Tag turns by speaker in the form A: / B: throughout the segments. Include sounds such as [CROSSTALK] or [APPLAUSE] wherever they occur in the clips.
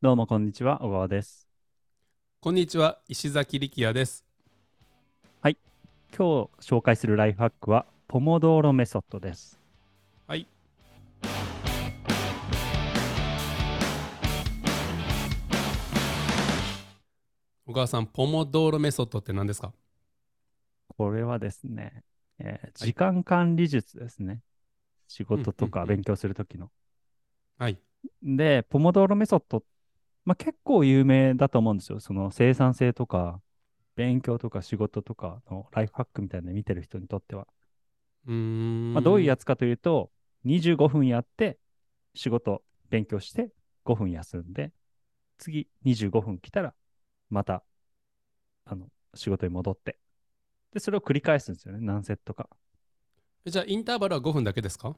A: どうもこんにちは、小川です。
B: こんにちは、石崎力也です。
A: 今日紹介するライフハックは、ポモドーロメソッドです。
B: はい。小川さん、ポモドーロメソッドって何ですか
A: これはですね、えー時間管理術ですね。仕事と
B: うん
A: か
B: うんうん
A: 勉強するときの。
B: はい。
A: で、ポモドーロメソッド、まあ、結構有名だと思うんですよ。その生産性とか、勉強とか仕事とかのライフハックみたいなの見てる人にとっては。
B: うーん。
A: まあ、どういうや
B: つ
A: つかというと、25分やって、仕事、勉強して、5分休んで、次、25分来たら、また、あの、仕事に戻って。で、それを繰り返すんですよね、何セットか。
B: じゃあ、インターバルは5分だけですか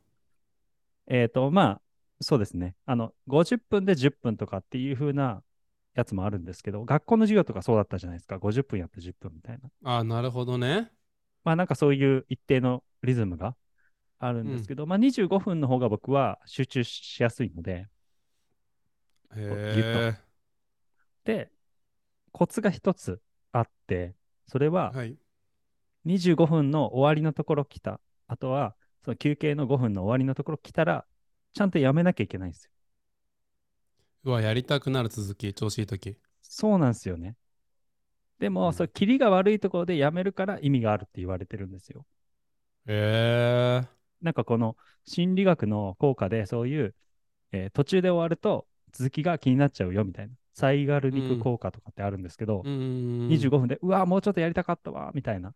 A: えっ、と、まあ、そうですね。あの、50分で10分とかっていう風なやつもあるんですけど、学校の授業とかそうだったじゃないですか。50分やって10分みたいな。
B: ああ、なるほどね。
A: まあなんかそういう一定のリズムがあるんですけど、まあ25分の方が僕は集中しやすいので、
B: へ
A: で、コツが一つあって、それ
B: え。
A: は
B: はい。
A: 25分の終わりのところ来た、あとはその休憩の5分の終わりのところ来たら、ちゃんとやめなきゃいけないんですよ。
B: うわ、やりたくなる続き、調子いい時。
A: そうなんですよね。で
B: う
A: も、
B: ん
A: そう、キリが悪いところでやめるから意味があるって言われてるんですよ。
B: へえ。
A: なんかこの心理学の効果で、そういう、えー途中で終わると続きが気になっちゃうよみたいな、サイガルニク効果とかってあるんですけど、
B: うーん。
A: 25分で、うわもうちょっとやりたかったわ、みたいな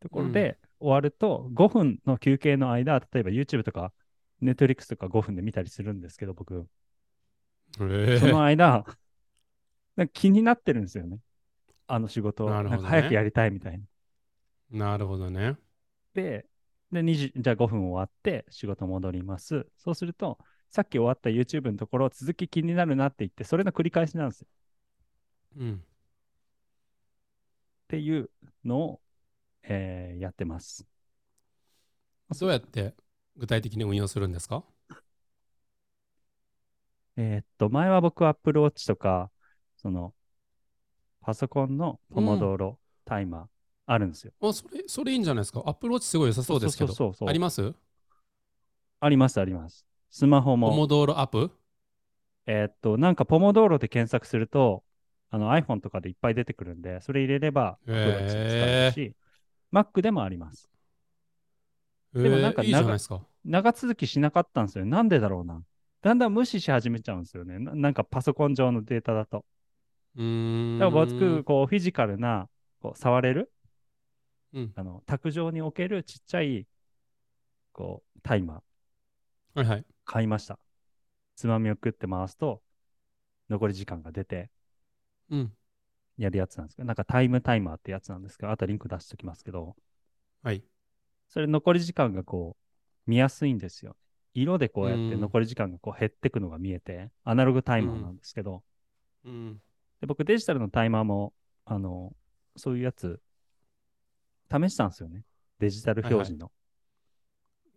A: ところ
B: う
A: で終わると、5分の休憩の間、例えば YouTube とか Netflix とか5分で見たりするんですけど、僕、
B: へえ
A: その
B: [LAUGHS]
A: 間、なんか気になってるんですよね。あの仕事を、
B: なるほ
A: なん
B: どね
A: か早くやりたいみたいな。
B: なるほどね。
A: で、で20じゃあ5分終わって仕事戻ります。そうすると、さっき終わった YouTube のところ、続き気になるなって言って、それの繰り返しなんですよ。
B: うん。
A: っていうのを、えーやってます。
B: どうやって具体的に運用するんですか
A: えーっと、前は僕は Apple Watch とか、その、パソコンのポモドーロタイマーあるんですよ。
B: あ、それ、それいいんじゃないですか。アップローチすごい良さそうですけど。
A: そうそうそう
B: あります
A: あります、あります。スマホ
B: ポ
A: も、
B: モドーロアップ
A: えーっと、なんかポモドーロで検索すると、あの iPhone とかでいっぱい出てくるんで、それ入れれば Apple Watch で使えるし、Mac でもあります。
B: で
A: でもなんか
B: いいじゃないですか。
A: 長続きしなかったんですよ。なんでだろうな。だんだん無視し始めちゃうんですよね。ななんかパソコン上のデータだと。
B: うーん。
A: だから僕、こう、フィジカルな、こう、触れる
B: うん。
A: あの、卓上に置けるちっちゃい、こう、タイマー
B: はいはい。
A: 買いました。つまみを食って回すと、残り時間が出て
B: うん。
A: やるやつなんですけど、なんかタイムタイマーってやつなんですけど、あとリンク出しておきますけど、
B: はい。
A: それ残り時間がこう、見やすいんですよ。色でこうやって
B: うん
A: 残り時間がこう減ってくのが見えて、アナログタイマーなんですけど、
B: うん。
A: で僕デジタルのタイマーも、あの、そういうやつ、試したんですよね。デジタル表示の。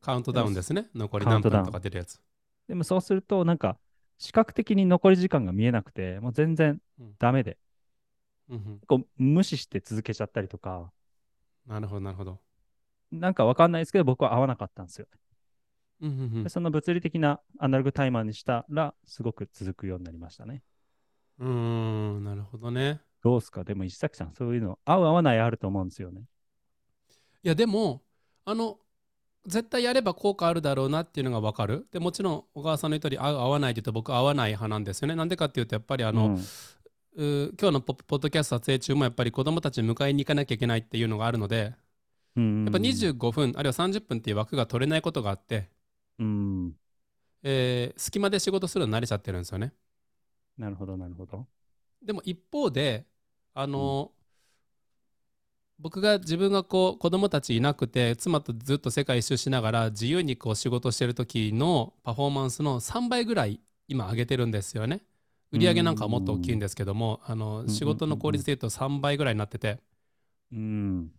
B: カウントダウンですね。残り
A: カウン
B: 何
A: トダウ
B: 分
A: ン
B: とか出るやつ。
A: でもそうすると、なんか、視覚的に残り時間が見えなくて、もう全然
B: うん
A: ダメで、
B: うんうん
A: こう無視して続けちゃったりとか、
B: なるほど、なるほど。
A: なんかわかんないですけど、僕は合わなかったんですよ。
B: うんうんうん
A: でその物理的なアナログタイマーにしたら、すごく続くようになりましたね。
B: うーん。なるほどね。
A: どうすかでも石崎さん、そういうの、合う合わないあると思うんですよね。
B: いや、でも、あの、絶対やれば効果あるだろうなっていうのが分かる。でもちろん、小川さんの言ったように合う、合わないって言うと僕合わない派なんですよね。なんでかっていうと、やっぱりあ
A: あ
B: の、
A: うん、
B: うー今日のポポッドキャスト撮影中もやっぱり子供たちに迎えに行かなきゃいけないっていうのがあるので
A: うん
B: やっぱ、25分あるいは30分っていう枠が取れないことがあって、
A: うん、
B: えー隙間で仕事するのに慣れちゃってるんですよね
A: なるほど、なるほど。
B: でも一方であのー僕が自分がこう子供たちいなくて妻とずっと世界一周しながら自由にこう仕事してる時のパフォーマンスの3倍ぐらい今上げてるんですよね売り上げなんかはもっと大きいんですけどもあ
A: う
B: の
A: ん
B: 仕事の効率で言うと3倍ぐらいになってて
A: うん、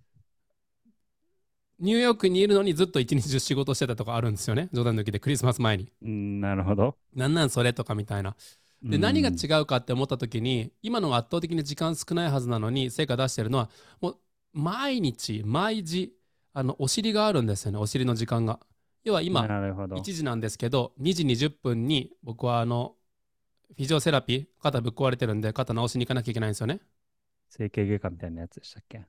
B: ニューヨークにいるのにずっと一日中仕事してたとかあるんですよね。冗談抜きでクリスマス前に。
A: うんなるほど。
B: なんなんそれとかみたいな。で何が
A: う
B: 違うかって思った時に今のが圧倒的に時間少ないはずなのに成果出してるのはもう毎日毎時あのお尻があるんですよねお尻の時間が要は
A: ん
B: 今
A: なるほど
B: 1。時なんですけど2時20分に僕はあのフィジオセラピー肩ぶっ壊れてるんで肩直しに行かなきゃいけないんですよね
A: 整形外科みたいなやつでしたっけ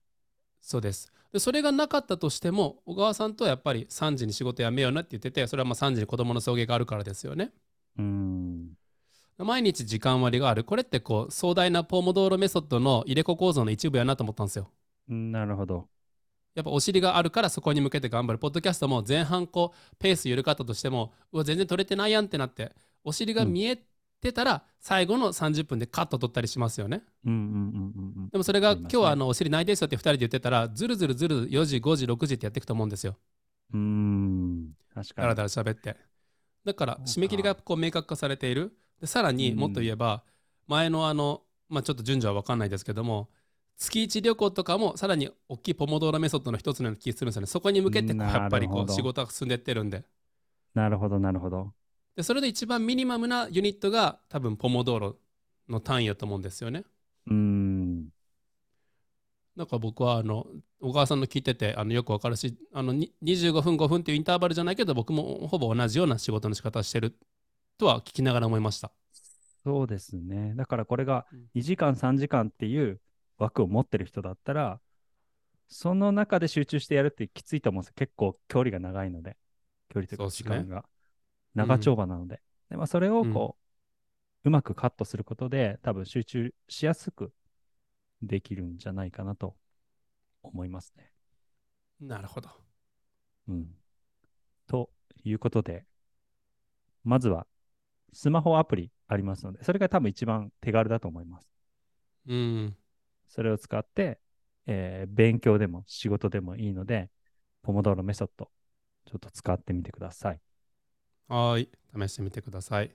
B: そうですでそれがなかったとしても小川さんとはやっぱり3時に仕事辞めようなって言っててそれはまあ3時に子供の送迎があるからですよね
A: うーん。
B: 毎日時間割があるこれってこう壮大なポーモドーロメソッドの入れ子構造の一部やなと思ったんですよ
A: なるほど。
B: やっぱお尻があるからそこに向けて頑張るポッドキャストも前半こうペース緩かったとしてもうわ全然取れてないやんってなってお尻が見えてたら最後の30分でカット取ったりしますよね
A: うんうんうんうんうん。
B: でもそれが
A: あり
B: 今
A: ますね
B: 日はあのお尻ないですよって2人で言ってたらずるずるずる4時5時6時ってやっていくと思うんですよ
A: うーん。確
B: だ
A: か
B: らだら喋ってだから
A: そうか
B: 締め切りがこう明確化されているでさらに
A: うん
B: もっと言えば前のあの、まあ、ちょっと順序は分かんないですけども月1旅行とかもさらに大きいポモドーロメソッドの一つのような気がするんですよねそこに向けてこう
A: なるほど
B: やっぱりこう仕事が進んでってるんで
A: に。なるほど、なるほど。
B: でそれで一番ミニマムなユニットが多分ポモドーロの単位だと思うんですよね
A: うーん。
B: なんか僕はあの小川さんの聞いててあのよくわかるしあのに25分5分っていうインターバルじゃないけど僕もほぼ同じような仕事の仕方してるとは聞きながら思いました
A: そうですね。だからこれが
B: うん
A: 2時間、3時間っていう枠を持ってる人だったら、その中で集中してやるってきついと思うんですよ。結構距離が長いので、距離という
B: そ
A: か
B: うっす
A: 時
B: ね
A: 間が長丁場なので。でまあ、それをこう、うまくカットすることで、多分集中しやすくできるんじゃないかなと思いますね。
B: なるほど
A: うん。ということで、まずはスマホアプリありますので、それが多分一番手軽だと思います。
B: うん
A: それを使って、えー勉強でも仕事でもいいので、ポモドーロメソッド、ちょっと使ってみてください。
B: はーい試してみてください